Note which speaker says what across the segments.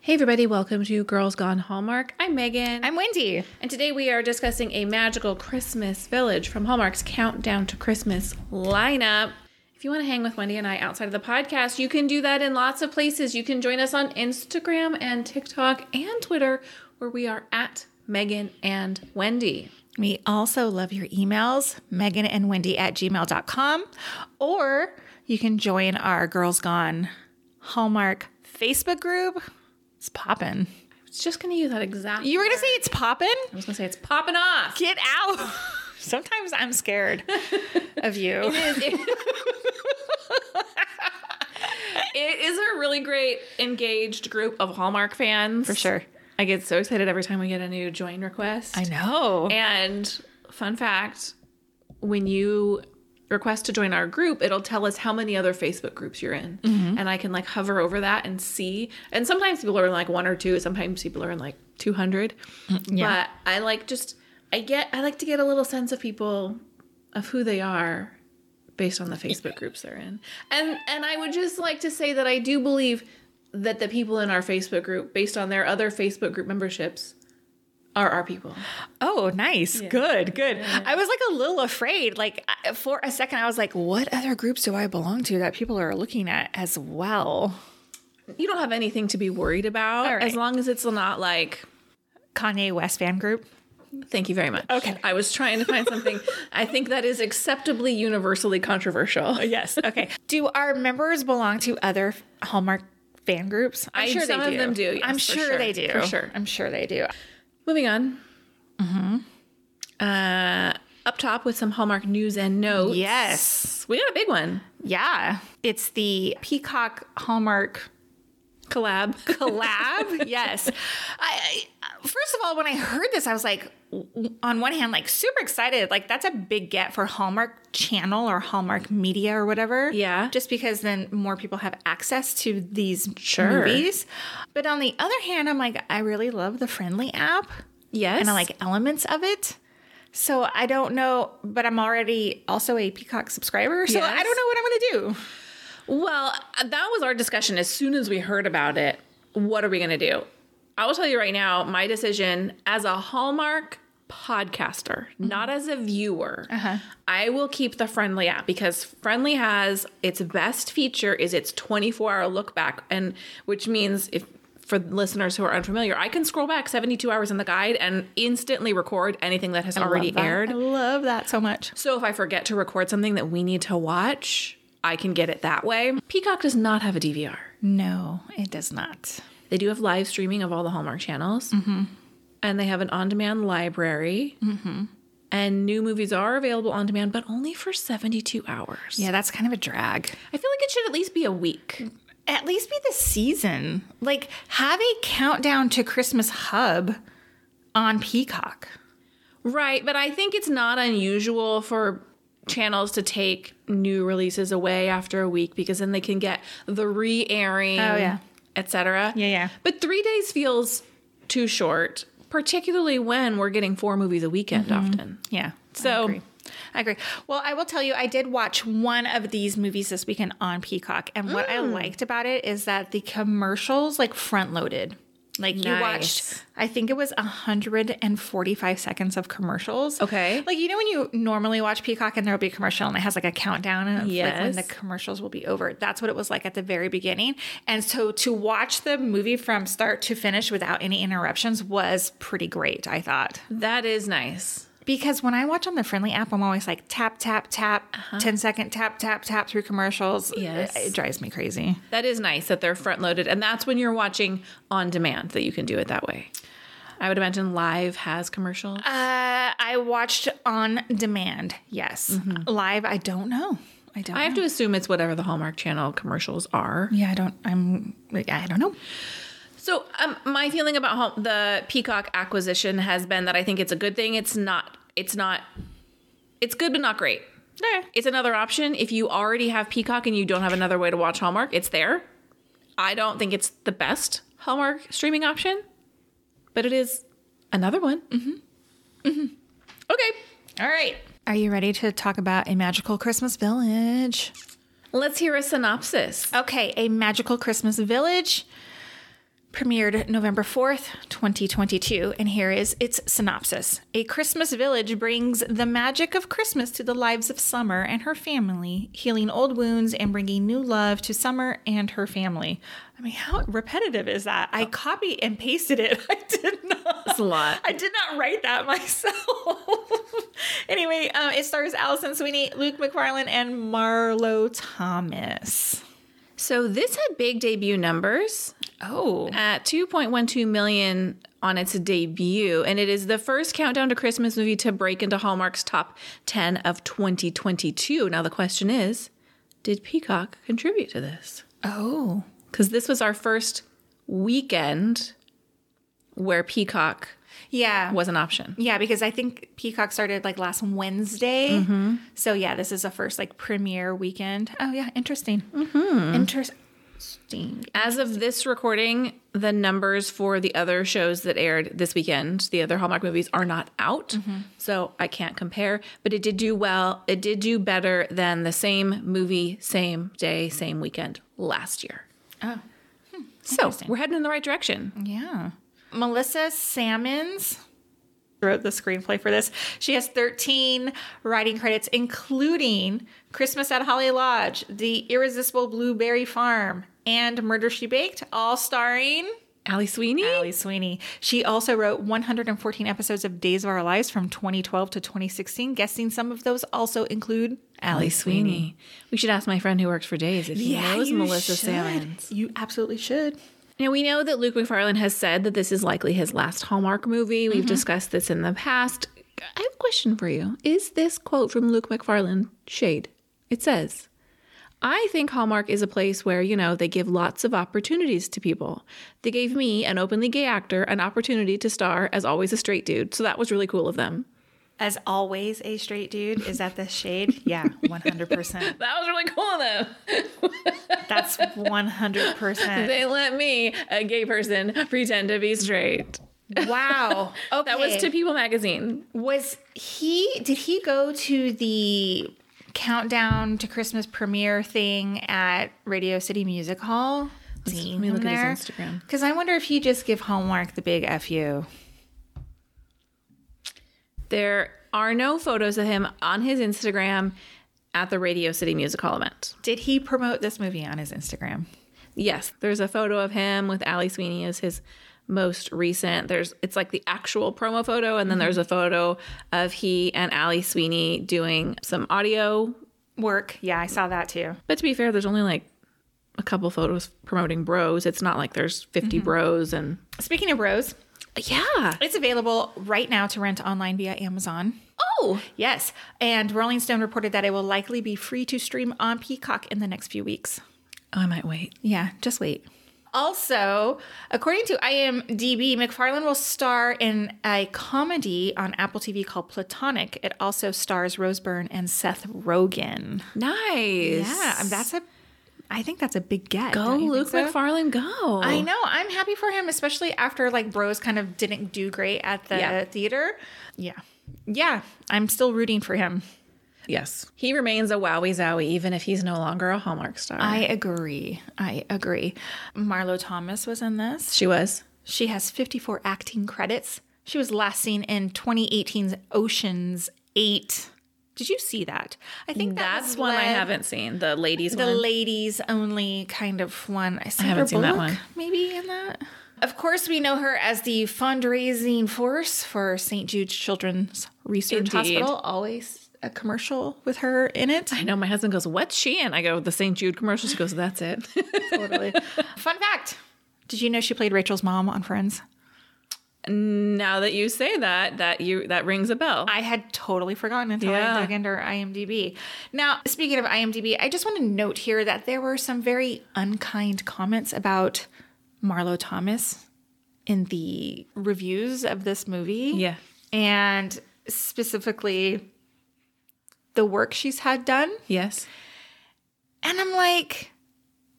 Speaker 1: Hey, everybody, welcome to Girls Gone Hallmark. I'm Megan.
Speaker 2: I'm Wendy.
Speaker 1: and today we are discussing a magical Christmas village from Hallmark's Countdown to Christmas lineup. If you want to hang with Wendy and I outside of the podcast, you can do that in lots of places. You can join us on Instagram and TikTok and Twitter, where we are at Megan and Wendy.
Speaker 2: We also love your emails, Megan and Wendy at gmail.com, or you can join our Girls Gone Hallmark Facebook group. It's poppin'.
Speaker 1: I was just going to use that exact.
Speaker 2: You were gonna say it's poppin'?
Speaker 1: I was going to say it's popping off.
Speaker 2: Get out. Sometimes I'm scared of you.
Speaker 1: It is a really great engaged group of Hallmark fans.
Speaker 2: For sure.
Speaker 1: I get so excited every time we get a new join request.
Speaker 2: I know.
Speaker 1: And fun fact, when you request to join our group, it'll tell us how many other Facebook groups you're in. And I can like hover over that and see. And sometimes people are in like one or two, sometimes people are in like 200.
Speaker 2: yeah.
Speaker 1: But I like just I get I like to get a little sense of people of who they are based on the Facebook groups they're in. And and I would just like to say that I do believe that the people in our Facebook group based on their other Facebook group memberships are our people.
Speaker 2: Oh, nice. Good, good. I was like a little afraid. Like I- for a second, I was like, what other groups do I belong to that people are looking at as well?
Speaker 1: you don't have anything to be worried about
Speaker 2: All right.
Speaker 1: as long as it's not like
Speaker 2: Kanye West fan group.
Speaker 1: thank you very much
Speaker 2: Okay.
Speaker 1: i was trying to find something i think that is acceptably universally controversial
Speaker 2: Yes. Okay. do our members belong to other Hallmark fan groups? I'm
Speaker 1: I- some of them do, yes,
Speaker 2: I'm
Speaker 1: for
Speaker 2: sure,
Speaker 1: sure,
Speaker 2: they do.
Speaker 1: for sure.
Speaker 2: I'm sure they do.
Speaker 1: moving on mm-hmm. uh
Speaker 2: Mm-hmm.
Speaker 1: up top with some hallmark news and notes
Speaker 2: Yes.
Speaker 1: we got a big one
Speaker 2: Yeah. It's the Peacock Hallmark
Speaker 1: collab
Speaker 2: collab. yes. I, I first of all, when I heard this, I was like, w- on one hand, like super excited. Like that's a big get for Hallmark Channel or Hallmark Media or whatever.
Speaker 1: Yeah.
Speaker 2: Just because then more people have access to these
Speaker 1: Sure.
Speaker 2: movies. But on the other hand, I'm like, I really love the Friendly app
Speaker 1: yes
Speaker 2: and I like elements of it. So I don't know, but I'm already also a Peacock subscriber. So I
Speaker 1: Yes.
Speaker 2: don't know what I'm going to do.
Speaker 1: Well, that was our discussion as soon as we heard about it. What are we going to do? I will tell you right now, my decision as a Hallmark podcaster,
Speaker 2: Mm-hmm.
Speaker 1: not as a viewer,
Speaker 2: Uh-huh.
Speaker 1: I will keep the Friendly app because Friendly has its best feature is its 24-hour look back and which means if for listeners who are unfamiliar, I can scroll back 72 hours in the guide and instantly record anything that has already
Speaker 2: Love that.
Speaker 1: aired.
Speaker 2: I love that so much.
Speaker 1: So if I forget to record something that we need to watch, I can get it that way. Peacock does not have a DVR.
Speaker 2: No, it does not.
Speaker 1: They do have live streaming of all the Hallmark channels, and they have an on-demand library. And new movies are available on demand, but only for 72 hours.
Speaker 2: Yeah, that's kind of a drag.
Speaker 1: I feel like it should at least be a week.
Speaker 2: At least be the season. Like, have a countdown to Christmas hub on Peacock.
Speaker 1: Right, but I think it's not unusual for channels to take new releases away after a week because then they can get the re-airing,
Speaker 2: Oh, yeah.
Speaker 1: etc.
Speaker 2: Yeah, yeah.
Speaker 1: But three days feels too short, particularly when we're getting four movies a weekend often.
Speaker 2: Yeah.
Speaker 1: So-
Speaker 2: Mm-hmm. I agree. I agree. Well, I will tell you, I did watch one of these movies this weekend on Peacock. And what
Speaker 1: Mm.
Speaker 2: I liked about it is that the commercials like front loaded. Like you
Speaker 1: Nice.
Speaker 2: watched, I think it was 145 seconds of commercials.
Speaker 1: Okay.
Speaker 2: Like, you know, when you normally watch Peacock and there'll be a commercial and it has like a countdown and like when
Speaker 1: Yes.
Speaker 2: the commercials will be over. That's what it was like at the very beginning. And so to watch the movie from start to finish without any interruptions was pretty great, I thought.
Speaker 1: That is nice.
Speaker 2: Because when I watch on the friendly app, I'm always like tap, tap, tap, ten second 10 second tap, tap, tap through commercials.
Speaker 1: Yes.
Speaker 2: It, it drives me crazy.
Speaker 1: That is nice that they're front loaded, and that's when you're watching on demand that you can do it that way. I would imagine live has commercials.
Speaker 2: Uh, I watched on demand, yes. Live, I don't know. I don't.
Speaker 1: I have to assume it's whatever the Hallmark Channel commercials are.
Speaker 2: yeah, I don't. I'm. I don't know.
Speaker 1: So, um, my feeling about home, the Peacock acquisition has been that I think it's a good thing. It's not. It's not. It's good, but not great. It's another option if you already have Peacock and you don't have another way to watch Hallmark. It's there. I don't think it's the best Hallmark streaming option, but it is another one. Mm-hmm. Mm-hmm. Okay,
Speaker 2: All right. Are you ready to talk about a magical Christmas village?
Speaker 1: let's hear a synopsis.
Speaker 2: Okay, a magical Christmas village premiered November 4th, 2022, and here is its synopsis. A Christmas village brings the magic of Christmas to the lives of Summer and her family, healing old wounds and bringing new love to Summer and her family. I mean, how repetitive is that? I copy and pasted it. I did not.
Speaker 1: That's a lot.
Speaker 2: I did not write that myself. anyway, um, it stars Allison Sweeney, Luke McFarlane, and Marlo Thomas.
Speaker 1: So this had big debut numbers
Speaker 2: Oh,
Speaker 1: at 2.12 million on its debut, and it is the first countdown to Christmas movie to break into Hallmark's top 10 of 2022. Now the question is, did Peacock contribute to this?
Speaker 2: oh,
Speaker 1: Because this was our first weekend where Peacock
Speaker 2: yeah,
Speaker 1: was an option.
Speaker 2: yeah. Because I think Peacock started like last Wednesday, so yeah, this is the first like premiere weekend. Oh yeah, interesting. Mm-hmm. Interesting.
Speaker 1: As of this recording, the numbers for the other shows that aired this weekend, the other Hallmark movies, are not out. So I can't compare, but it did do well. It did do better than the same movie, same day, same weekend last year.
Speaker 2: Oh,
Speaker 1: So we're heading in the right direction.
Speaker 2: Yeah. Melissa Sammons wrote the screenplay for this. She has 13 writing credits, including Christmas at Holly Lodge, The Irresistible Blueberry Farm, and Murder She Baked, all starring
Speaker 1: Allie Sweeney?
Speaker 2: Allie Sweeney. She also wrote 114 episodes of Days of Our Lives from 2012 to 2016. Guessing some of those also include
Speaker 1: Allie Sweeney. We should ask my friend who works for Days if he knows
Speaker 2: you
Speaker 1: Melissa
Speaker 2: should.
Speaker 1: Sammons.
Speaker 2: You absolutely should.
Speaker 1: Now, we know that Luke McFarlane has said that this is likely his last Hallmark movie. We've discussed this in the past. I have a question for you. Is this quote from Luke McFarlane shade? It says, I think Hallmark is a place where, you know, they give lots of opportunities to people. They gave me, an openly gay actor, an opportunity to star as always a straight dude. So that was really cool of them.
Speaker 2: As always, a straight dude is at the shade. Yeah,
Speaker 1: That
Speaker 2: 100%.
Speaker 1: was really cool of them.
Speaker 2: That's 100%.
Speaker 1: They let me, a gay person, pretend to be straight.
Speaker 2: Wow. Okay.
Speaker 1: That was to People magazine.
Speaker 2: Was he did he go to the countdown to Christmas premiere thing at Radio City Music Hall?
Speaker 1: let me look at his Instagram.
Speaker 2: Because I wonder if he just give Hallmark the big fu.
Speaker 1: There are no photos of him on his Instagram at the Radio City Music Hall event.
Speaker 2: Did he promote this movie on his Instagram?
Speaker 1: Yes, there's a photo of him with Ali Sweeney as his most recent. There's it's like the actual promo photo, and then there's a photo of he and Ali Sweeney doing some audio.
Speaker 2: Work. Yeah, I saw that too.
Speaker 1: But to be fair, there's only like a couple photos promoting bros. It's not like there's 50 bros and
Speaker 2: Speaking of Rose,
Speaker 1: Mm-hmm. yeah.
Speaker 2: it's available right now to rent online via Amazon.
Speaker 1: Oh,
Speaker 2: Yes, and Rolling Stone reported that it will likely be free to stream on Peacock in the next few weeks.
Speaker 1: I might wait.
Speaker 2: Yeah, just wait. Also, according to IMDb, McFarlane will star in a comedy on Apple TV called Platonic. It also stars Rose Byrne and Seth Rogen.
Speaker 1: Nice.
Speaker 2: Yeah, and that's a. I think that's a big get.
Speaker 1: Go,
Speaker 2: don't you
Speaker 1: Luke
Speaker 2: think so?
Speaker 1: McFarlane, go.
Speaker 2: I know. I'm happy for him, especially after like Bros kind of didn't do great at the
Speaker 1: Yeah.
Speaker 2: theater. Yeah, yeah. I'm still rooting for him.
Speaker 1: Yes. He remains a wowie zowie, even if he's no longer a Hallmark star.
Speaker 2: I agree. I agree. Marlo Thomas was in this.
Speaker 1: she was.
Speaker 2: She has 54 acting credits. She was last seen in 2018's Oceans 8. Did you see that? I think that
Speaker 1: That's
Speaker 2: was
Speaker 1: one I
Speaker 2: when
Speaker 1: haven't seen. The ladies
Speaker 2: The
Speaker 1: one.
Speaker 2: ladies only kind of one. I
Speaker 1: haven't seen that one.
Speaker 2: Maybe in that. Of course, we know her as the fundraising force for St. Jude's Children's
Speaker 1: Indeed.
Speaker 2: Research Hospital. Always a commercial with her in it.
Speaker 1: I know my husband goes, What's she in? I go, The St. Jude commercial. She goes, That's it.
Speaker 2: totally. Fun fact. Did you know she played Rachel's mom on Friends?
Speaker 1: now that you say that, that you that rings a bell.
Speaker 2: I had totally forgotten until
Speaker 1: Yeah.
Speaker 2: I dug into her IMDb. Now, speaking of IMDb, I just want to note here that there were some very unkind comments about Marlo Thomas in the reviews of this movie.
Speaker 1: Yeah.
Speaker 2: And specifically the work she's had done.
Speaker 1: yes.
Speaker 2: And I'm like,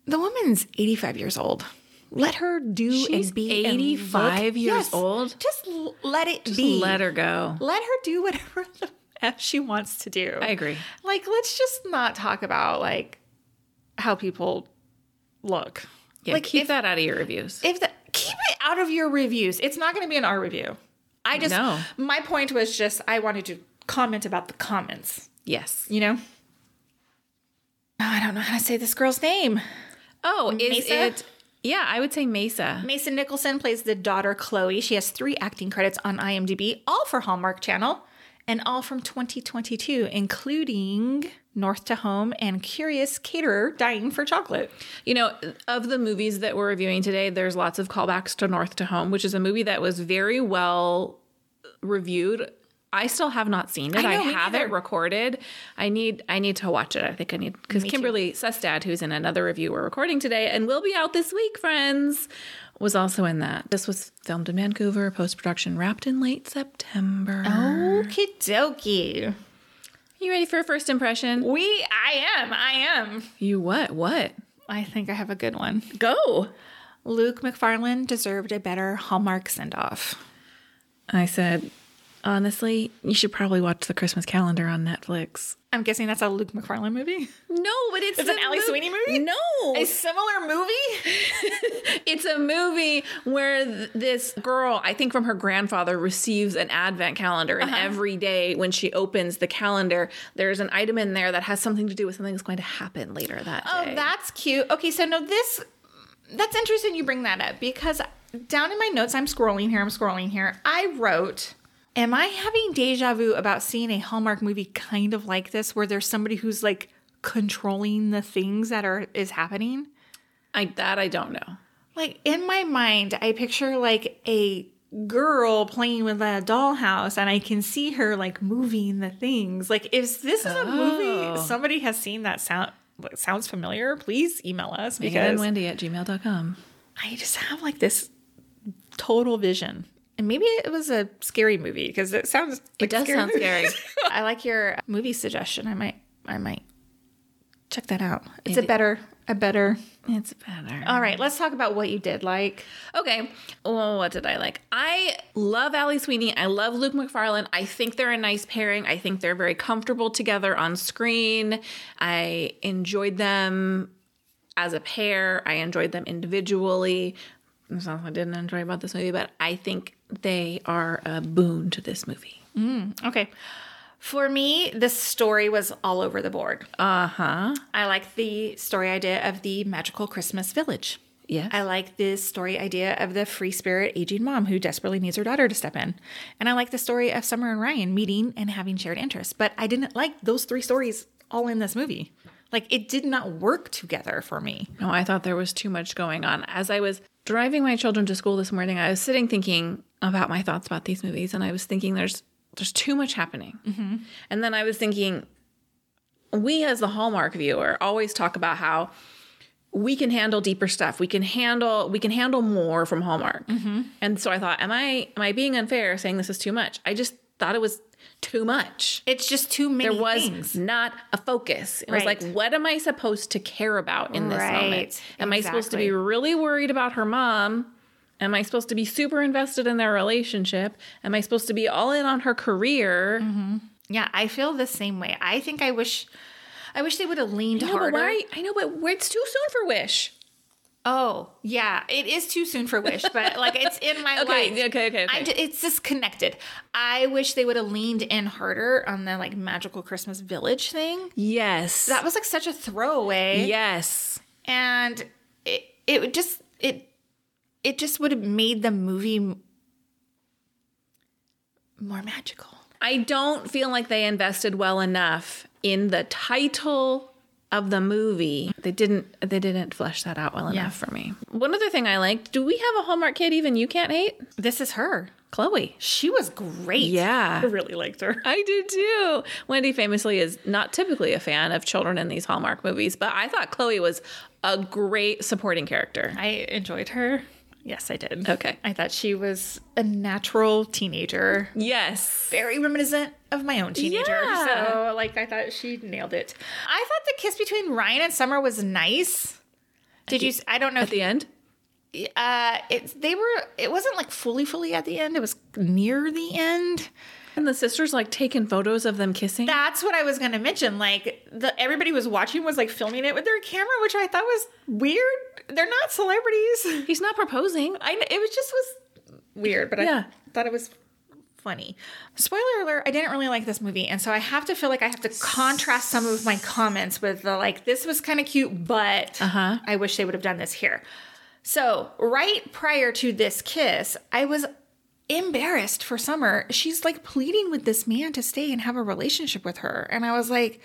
Speaker 2: the woman's 85 years old. Let her do
Speaker 1: She's
Speaker 2: and be and
Speaker 1: 85 years
Speaker 2: look- Yes.
Speaker 1: old?
Speaker 2: Just l- let it be.
Speaker 1: Let her go.
Speaker 2: Let her do whatever the f she wants to do.
Speaker 1: I agree.
Speaker 2: Like, let's just not talk about like how people look.
Speaker 1: Yeah,
Speaker 2: like
Speaker 1: keep
Speaker 2: if,
Speaker 1: that out of your reviews.
Speaker 2: If the keep out of your reviews. It's not going to be an R review. I just,
Speaker 1: No.
Speaker 2: my point was just, I wanted to comment about the comments,
Speaker 1: Yes.
Speaker 2: you know? Oh, I don't know how to say this girl's name.
Speaker 1: Oh, is
Speaker 2: Mesa?
Speaker 1: it? Yeah, I would say Mesa.
Speaker 2: Mason Nicholson plays the daughter Chloe. She has three acting credits on IMDb, all for Hallmark Channel, and all from 2022, including North to Home and Curious Caterer Dying for Chocolate.
Speaker 1: You know, of the movies that we're reviewing today, there's lots of callbacks to North to Home, which is a movie that was very well reviewed. I still have not seen it.
Speaker 2: I
Speaker 1: I,
Speaker 2: know, me
Speaker 1: have
Speaker 2: neither.
Speaker 1: it recorded. I need I need to watch it. I think I need because Kimberly Sestad, who's in another review we're recording today and will be out this week, friends, was also in that. This was filmed in Vancouver, post production wrapped in late September.
Speaker 2: Oh. Okie dokie.
Speaker 1: You ready for a first impression?
Speaker 2: We, I am, I am.
Speaker 1: You what? What?
Speaker 2: I think I have a good one.
Speaker 1: Go.
Speaker 2: Luke McFarlane deserved a better Hallmark send off.
Speaker 1: I said, honestly, you should probably watch the Christmas calendar on Netflix.
Speaker 2: I'm guessing that's a Luke McFarlane movie.
Speaker 1: No, but it's,
Speaker 2: It's an Ally Sweeney movie?
Speaker 1: No,
Speaker 2: A similar movie?
Speaker 1: it's a movie where th- this girl, I think from her grandfather, receives an advent calendar, and every day when she opens the calendar, there's an item in there that has something to do with something that's going to happen later that
Speaker 2: Oh,
Speaker 1: day.
Speaker 2: that's cute. Okay, so no, this that's interesting you bring that up because down in my notes, I'm scrolling here, I'm scrolling here. I wrote, Am I having deja vu about seeing a Hallmark movie kind of like this where there's somebody who's like controlling the things that are is happening?
Speaker 1: I, that I don't know.
Speaker 2: Like in my mind, I picture like a girl playing with a dollhouse and I can see her like moving the things. Like is this is a movie
Speaker 1: Oh.
Speaker 2: somebody has seen that sound sounds familiar, please email us
Speaker 1: Megan
Speaker 2: because
Speaker 1: Wendy at gmail.com.
Speaker 2: I just have like this total vision. And maybe it was a scary movie because it sounds like
Speaker 1: It does
Speaker 2: scary
Speaker 1: sound
Speaker 2: movie.
Speaker 1: scary.
Speaker 2: I like your movie suggestion. I might I might check that out. It's a better a better.
Speaker 1: It's better.
Speaker 2: All right, let's talk about what you did like.
Speaker 1: Okay. Well, what did I like? I love Ally Sweeney. I love Luke McFarlane. I think they're a nice pairing. I think they're very comfortable together on screen. I enjoyed them as a pair. I enjoyed them individually. There's nothing I didn't enjoy about this movie, but I think they are a boon to this movie.
Speaker 2: Okay. For me, the story was all over the board.
Speaker 1: Uh huh.
Speaker 2: I like the story idea of the magical Christmas village.
Speaker 1: Yes.
Speaker 2: I like this story idea of the free spirit aging mom who desperately needs her daughter to step in. And I like the story of Summer and Ryan meeting and having shared interests. But I didn't like those three stories all in this movie. Like it did not work together for me.
Speaker 1: No, I thought there was too much going on. As I was driving my children to school this morning, I was sitting thinking about my thoughts about these movies, and I was thinking there's there's too much happening. And then I was thinking, we as the Hallmark viewer always talk about how we can handle deeper stuff. We can handle we can handle more from Hallmark. And so I thought, am I am I being unfair saying this is too much? I just thought it was too much
Speaker 2: It's just too many
Speaker 1: there was
Speaker 2: things.
Speaker 1: not a focus. It was
Speaker 2: Right.
Speaker 1: like, what am I supposed to care about in this moment?
Speaker 2: Right.
Speaker 1: Am I supposed to
Speaker 2: Exactly.
Speaker 1: be really worried about her mom? Am I supposed to be super invested in their relationship? Am I supposed to be all in on her career?
Speaker 2: Mm-hmm. Yeah, I feel the same way. I think I wish I wish they would have leaned
Speaker 1: No,
Speaker 2: harder.
Speaker 1: but why? I know, but where- it's too soon for Wish.
Speaker 2: Oh, yeah. It is too soon for Wish, but like it's in my
Speaker 1: Okay,
Speaker 2: life.
Speaker 1: okay, okay,
Speaker 2: I
Speaker 1: okay.
Speaker 2: ju- it's disconnected. I wish they would have leaned in harder on the like magical Christmas village thing.
Speaker 1: Yes.
Speaker 2: That was like such a throwaway.
Speaker 1: yes.
Speaker 2: And it it would just it it just would have made the movie m- more magical.
Speaker 1: I don't feel like they invested well enough in the title of the movie. They didn't they didn't flesh that out well enough for me. One other thing I liked, do we have a Hallmark kid even you can't hate?
Speaker 2: This is her.
Speaker 1: Chloe.
Speaker 2: She was great.
Speaker 1: Yeah.
Speaker 2: I really liked her.
Speaker 1: I do too. Wendy famously is not typically a fan of children in these Hallmark movies, but I thought Chloe was a great supporting character.
Speaker 2: I enjoyed her. Yes, I did.
Speaker 1: Okay.
Speaker 2: I thought she was a natural teenager.
Speaker 1: Yes.
Speaker 2: very reminiscent of my own teenager.
Speaker 1: Yeah.
Speaker 2: So, like, I thought she nailed it. I thought the kiss between Ryan and Summer was nice. Did you? s- I don't know.
Speaker 1: At the end?
Speaker 2: If, uh, it's they were. It wasn't like fully, fully at the end. It was near the end.
Speaker 1: And the sisters like taking photos of them kissing.
Speaker 2: That's what I was going to mention. Like the everybody was watching was like filming it with their camera, which I thought was weird. They're not celebrities.
Speaker 1: He's not proposing.
Speaker 2: I kn- it was just was weird, but
Speaker 1: Yeah.
Speaker 2: I thought it was funny. Spoiler alert, I didn't really like this movie, and so I have to feel like I have to contrast some of my comments with the like this was kind of cute, but
Speaker 1: Uh-huh.
Speaker 2: I wish they would have done this here. So, right prior to this kiss, I was embarrassed for Summer. She's like pleading with this man to stay and have a relationship with her. And I was like,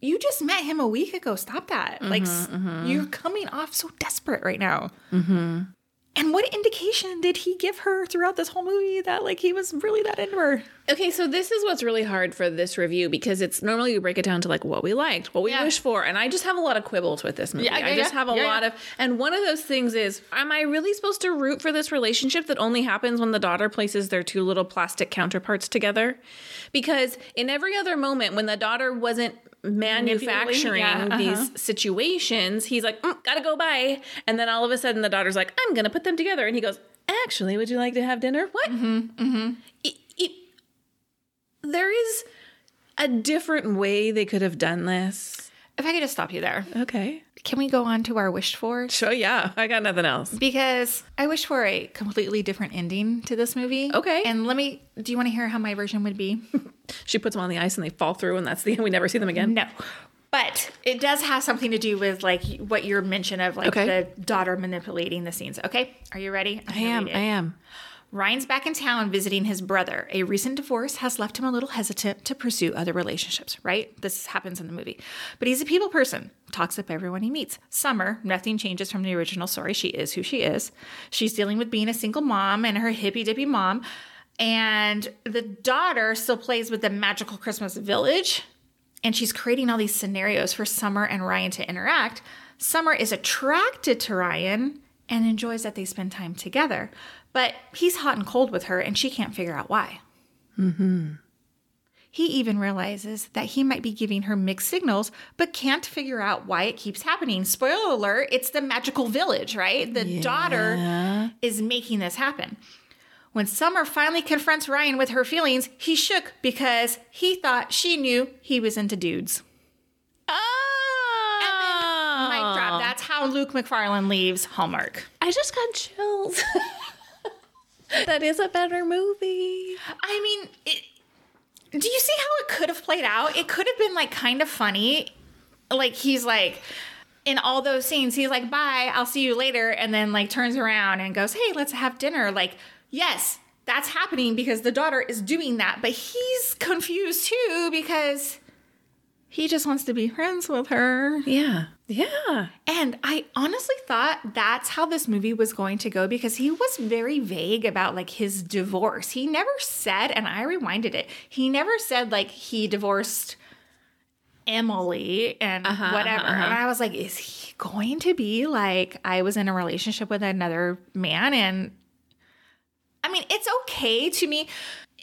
Speaker 2: you just met him a week ago. Stop that. like,
Speaker 1: Mm-hmm,
Speaker 2: s- you're coming off so desperate right now. And what indication did he give her throughout this whole movie that like he was really that into her?
Speaker 1: Okay, so this is what's really hard for this review because it's normally you break it down to like what we liked, what we
Speaker 2: Yeah.
Speaker 1: wish for, and I just have a lot of quibbles with this movie.
Speaker 2: Yeah, yeah,
Speaker 1: I just
Speaker 2: yeah.
Speaker 1: have a
Speaker 2: Yeah,
Speaker 1: lot
Speaker 2: yeah.
Speaker 1: of, and one of those things is, am I really supposed to root for this relationship that only happens when the daughter places their two little plastic counterparts together? Because in every other moment when the daughter wasn't manufacturing
Speaker 2: yeah, uh-huh.
Speaker 1: these situations, he's like, "Mm, gotta go bye, and then all of a sudden the daughter's like, I'm gonna put them together, and he goes, actually, would you like to have dinner? What? it, it, there is a different way they could have done this.
Speaker 2: If I could just stop you there,
Speaker 1: Okay.
Speaker 2: can we go on to our wish for?
Speaker 1: So yeah, I got nothing else.
Speaker 2: Because I wish for a completely different ending to this movie.
Speaker 1: Okay.
Speaker 2: And let me, do you want to hear how my version would be?
Speaker 1: She puts them on the ice and they fall through, and that's the end. We never see them again.
Speaker 2: No. But it does have something to do with like what your mention of like
Speaker 1: Okay.
Speaker 2: the daughter manipulating the scenes. Okay, are you ready? I'm
Speaker 1: I
Speaker 2: gonna
Speaker 1: am.
Speaker 2: read
Speaker 1: I
Speaker 2: it.
Speaker 1: am.
Speaker 2: Ryan's back in town visiting his brother. A recent divorce has left him a little hesitant to pursue other relationships, right? This happens in the movie. But he's a people person, talks up everyone he meets. Summer, nothing changes from the original story. She is who she is. She's dealing with being a single mom and her hippy dippy mom. And the daughter still plays with the magical Christmas village. And she's creating all these scenarios for Summer and Ryan to interact. Summer is attracted to Ryan and enjoys that they spend time together. But he's hot and cold with her, and she can't figure out why. He even realizes that he might be giving her mixed signals, but can't figure out why it keeps happening. Spoiler alert, it's the magical village, right? The daughter is making this happen. When Summer finally confronts Ryan with her feelings, he shook because he thought she knew he was into dudes.
Speaker 1: Oh,
Speaker 2: Mic drop. That's how Luke McFarlane leaves Hallmark.
Speaker 1: I just got chills. that is a better movie.
Speaker 2: I mean, it, do you see how it could have played out? It could have been like kind of funny. Like he's like in all those scenes, he's like, "Bye, I'll see you later," and then like turns around and goes, "Hey, let's have dinner." Like, yes, that's happening because the daughter is doing that, but he's confused too because he just wants to be friends with her.
Speaker 1: Yeah. Uh-huh, Yeah.
Speaker 2: And I honestly thought that's how this movie was going to go because he was very vague about like his divorce. He never said, and I rewinded it, he never said like he divorced Emily and
Speaker 1: Uh-huh,
Speaker 2: whatever. And I was like, is he going to be like, I was in a relationship with another man and I mean, it's okay to me.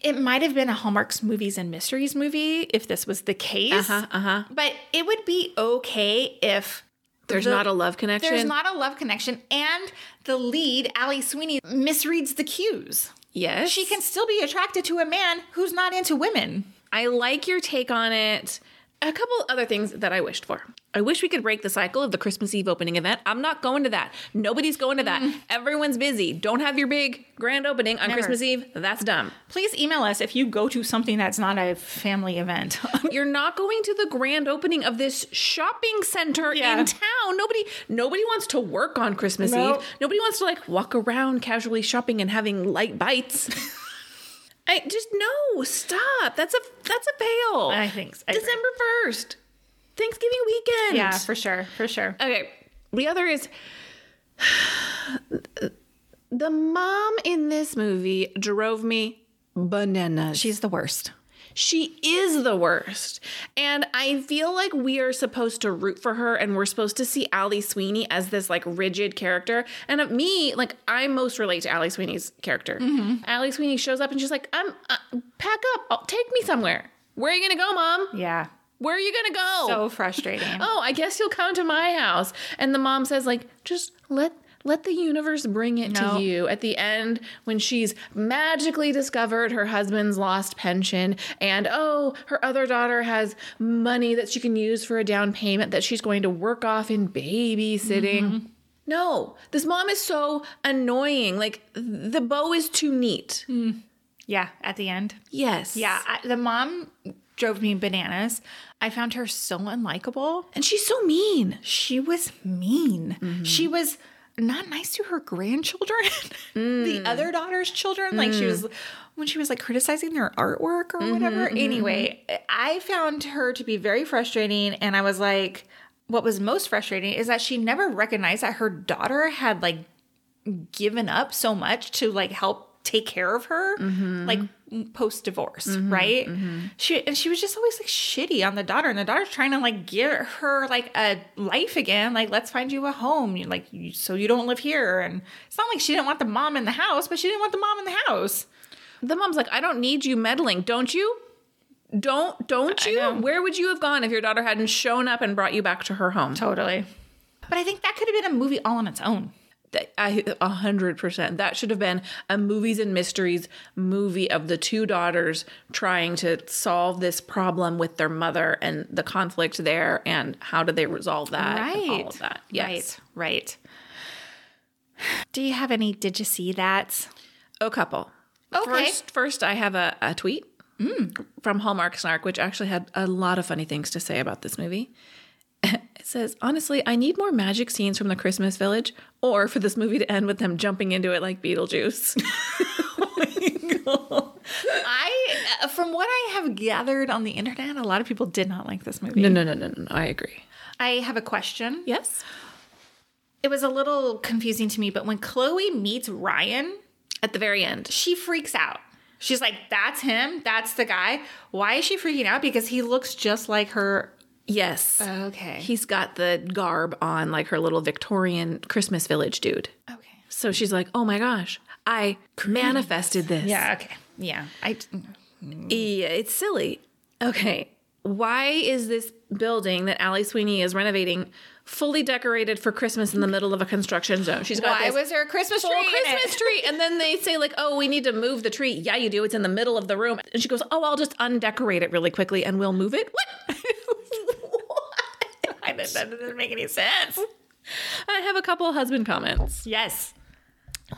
Speaker 2: It might have been a Hallmark's movies and mysteries movie if this was the case.
Speaker 1: Uh huh.
Speaker 2: But it would be okay if
Speaker 1: There's
Speaker 2: The-
Speaker 1: not a love connection.
Speaker 2: there's not a love connection, and the lead, Allie Sweeney, misreads the cues.
Speaker 1: Yes.
Speaker 2: She can still be attracted to a man who's not into women.
Speaker 1: I like your take on it. A couple other things that I wished for. I wish we could break the cycle of the Christmas Eve opening event. I'm not going to that. Nobody's going to that. Everyone's busy. Don't have your big grand opening on Christmas Eve. That's dumb.
Speaker 2: Please email us if you go to something that's not a family event.
Speaker 1: You're not going to the grand opening of this shopping center
Speaker 2: Yeah.
Speaker 1: in town. Nobody nobody wants to work on Christmas
Speaker 2: Nope.
Speaker 1: Eve. Nobody wants to like walk around casually shopping and having light bites. I just no, stop. That's a that's a fail.
Speaker 2: I think so. I agree.
Speaker 1: December 1st. Thanksgiving weekend.
Speaker 2: sure, for sure.
Speaker 1: Okay. The other is the mom in this movie drove me bananas.
Speaker 2: She's the worst.
Speaker 1: She is the worst. And I feel like we are supposed to root for her and we're supposed to see Allie Sweeney as this like rigid character. And of me, like I most relate to Allie Sweeney's character.
Speaker 2: Mm-hmm.
Speaker 1: Allie Sweeney shows up and she's like, "Um, uh, pack up. Oh, take me somewhere. Where are you going to go, mom?
Speaker 2: Yeah.
Speaker 1: Where are you going to go?"
Speaker 2: So frustrating.
Speaker 1: "Oh, I guess you'll come to my house." And the mom says like, "Just let Let the universe bring it
Speaker 2: No.
Speaker 1: to you at the end when she's magically discovered her husband's lost pension and oh, her other daughter has money that she can use for a down payment that she's going to work off in babysitting.
Speaker 2: Mm-hmm.
Speaker 1: No, this mom is so annoying. Like th- the bow is too neat.
Speaker 2: Yeah, at the end.
Speaker 1: Yes.
Speaker 2: Mm. Yeah, I, the mom drove me bananas. I found her so unlikable.
Speaker 1: And she's so mean.
Speaker 2: She was mean. She was not nice to her grandchildren, the other daughter's children. Like she was when she was like criticizing their artwork or whatever. Anyway, I found her to be very frustrating and I was like what was most frustrating is that she never recognized that her daughter had like given up so much to like help take care of her like post divorce right she and she was just always like shitty on the daughter and the daughter's trying to like give her like a life again like let's find you a home you like you, so you don't live here and it's not like she didn't want the mom in the house but she didn't want the mom in the house
Speaker 1: The mom's like, I don't need you meddling, don't you? Don't don't you?
Speaker 2: know.
Speaker 1: Where would you have gone if your daughter hadn't shown up and brought you back to her home?
Speaker 2: totally but i think that could have been a movie all on its own
Speaker 1: That- I a hundred percent. That should have been a movies and mysteries movie of the two daughters trying to solve this problem with their mother and the conflict there, and how do they resolve
Speaker 2: uh,
Speaker 1: that? and all of that. Yes.
Speaker 2: right right do you have any did you see that
Speaker 1: A couple.
Speaker 2: Okay. Mm.
Speaker 1: First, first I have a, a tweet from Hallmark Snark, which actually had a lot of funny things to say about this movie. It says, honestly, I need more magic scenes from the Christmas Village, or for this movie to end with them jumping into it like Beetlejuice.
Speaker 2: Oh I, uh, from what I have gathered on the internet, a lot of people did not like this movie.
Speaker 1: no, no, no, no, no. I agree.
Speaker 2: I have a question.
Speaker 1: Yes.
Speaker 2: It was a little confusing to me, but when Chloe meets Ryan,
Speaker 1: At the very end.
Speaker 2: she freaks out. She's like, that's him. That's the guy. Why is she freaking out? Because he looks just like her.
Speaker 1: Yes.
Speaker 2: Okay.
Speaker 1: He's got the garb on, like her little Victorian Christmas Village dude.
Speaker 2: okay.
Speaker 1: So she's like, oh my gosh, I manifested this.
Speaker 2: Yeah. Okay. Yeah. I. mm.
Speaker 1: Yeah, it's silly. Okay. Why is this building that Allie Sweeney is renovating fully decorated for Christmas in the middle of a construction zone? She's got
Speaker 2: Why
Speaker 1: this
Speaker 2: was there a Christmas tree?
Speaker 1: full
Speaker 2: in it?
Speaker 1: Christmas tree, and then they say like, "Oh, we need to move the tree." Yeah, you do. It's in the middle of the room, and she goes, "Oh, I'll just undecorate it really quickly, and we'll move it." What?
Speaker 2: I didn't, that doesn't make any sense.
Speaker 1: I have a couple husband comments.
Speaker 2: Yes.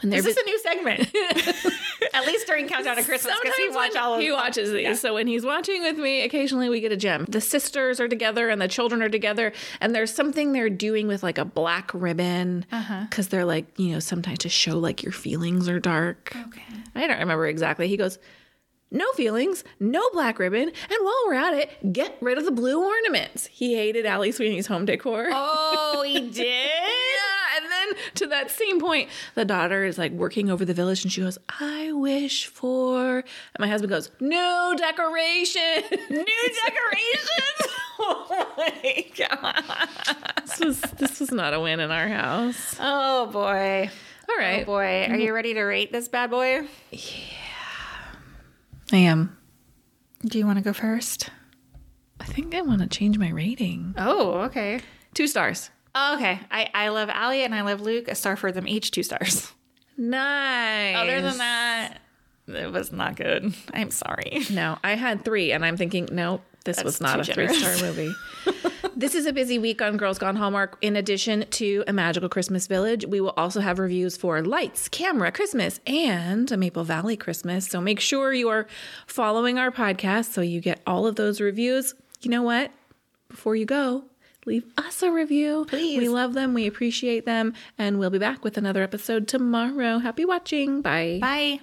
Speaker 1: And they're
Speaker 2: Is this a new segment? At least during Countdown to Christmas, because he
Speaker 1: Sometimes
Speaker 2: watched
Speaker 1: when
Speaker 2: all of
Speaker 1: he watches these. So when he's watching with me, occasionally we get a gem. The sisters are together and the children are together, and there's something they're doing with like a black ribbon
Speaker 2: Uh-huh.
Speaker 1: because they're like you know sometimes to show like your feelings are dark.
Speaker 2: Okay.
Speaker 1: I don't remember exactly. He goes, no feelings, no black ribbon, and while we're at it, get rid of the blue ornaments. He hated Allie Sweeney's home decor.
Speaker 2: Oh, he did?
Speaker 1: Yeah, and then to that same point, the daughter is like working over the village and she goes, I wish for. And my husband goes, New decoration. New
Speaker 2: decorations? oh my god.
Speaker 1: this, was, this was not a win in our house.
Speaker 2: Oh boy.
Speaker 1: All right.
Speaker 2: Oh boy. Are you ready to rate this bad boy?
Speaker 1: I am.
Speaker 2: Do you want to go first?
Speaker 1: I think I want to change my rating.
Speaker 2: Oh, okay.
Speaker 1: Two stars.
Speaker 2: Okay. I, I love Allie and I love Luke. A star for them each, two stars.
Speaker 1: Nice.
Speaker 2: Other than that, it was not good. I'm sorry.
Speaker 1: No, I had three, and I'm thinking, no, this was not a
Speaker 2: too
Speaker 1: three
Speaker 2: generous.
Speaker 1: star movie. this is a busy week on Girls Gone Hallmark. In addition to A Magical Christmas Village, we will also have reviews for Lights, Camera, Christmas, and A Maple Valley Christmas. So make sure you are following our podcast so you get all of those reviews. You know what? Before you go, leave us a review.
Speaker 2: Please.
Speaker 1: We love them, we appreciate them, and we'll be back with another episode tomorrow. Happy watching. Bye.
Speaker 2: Bye.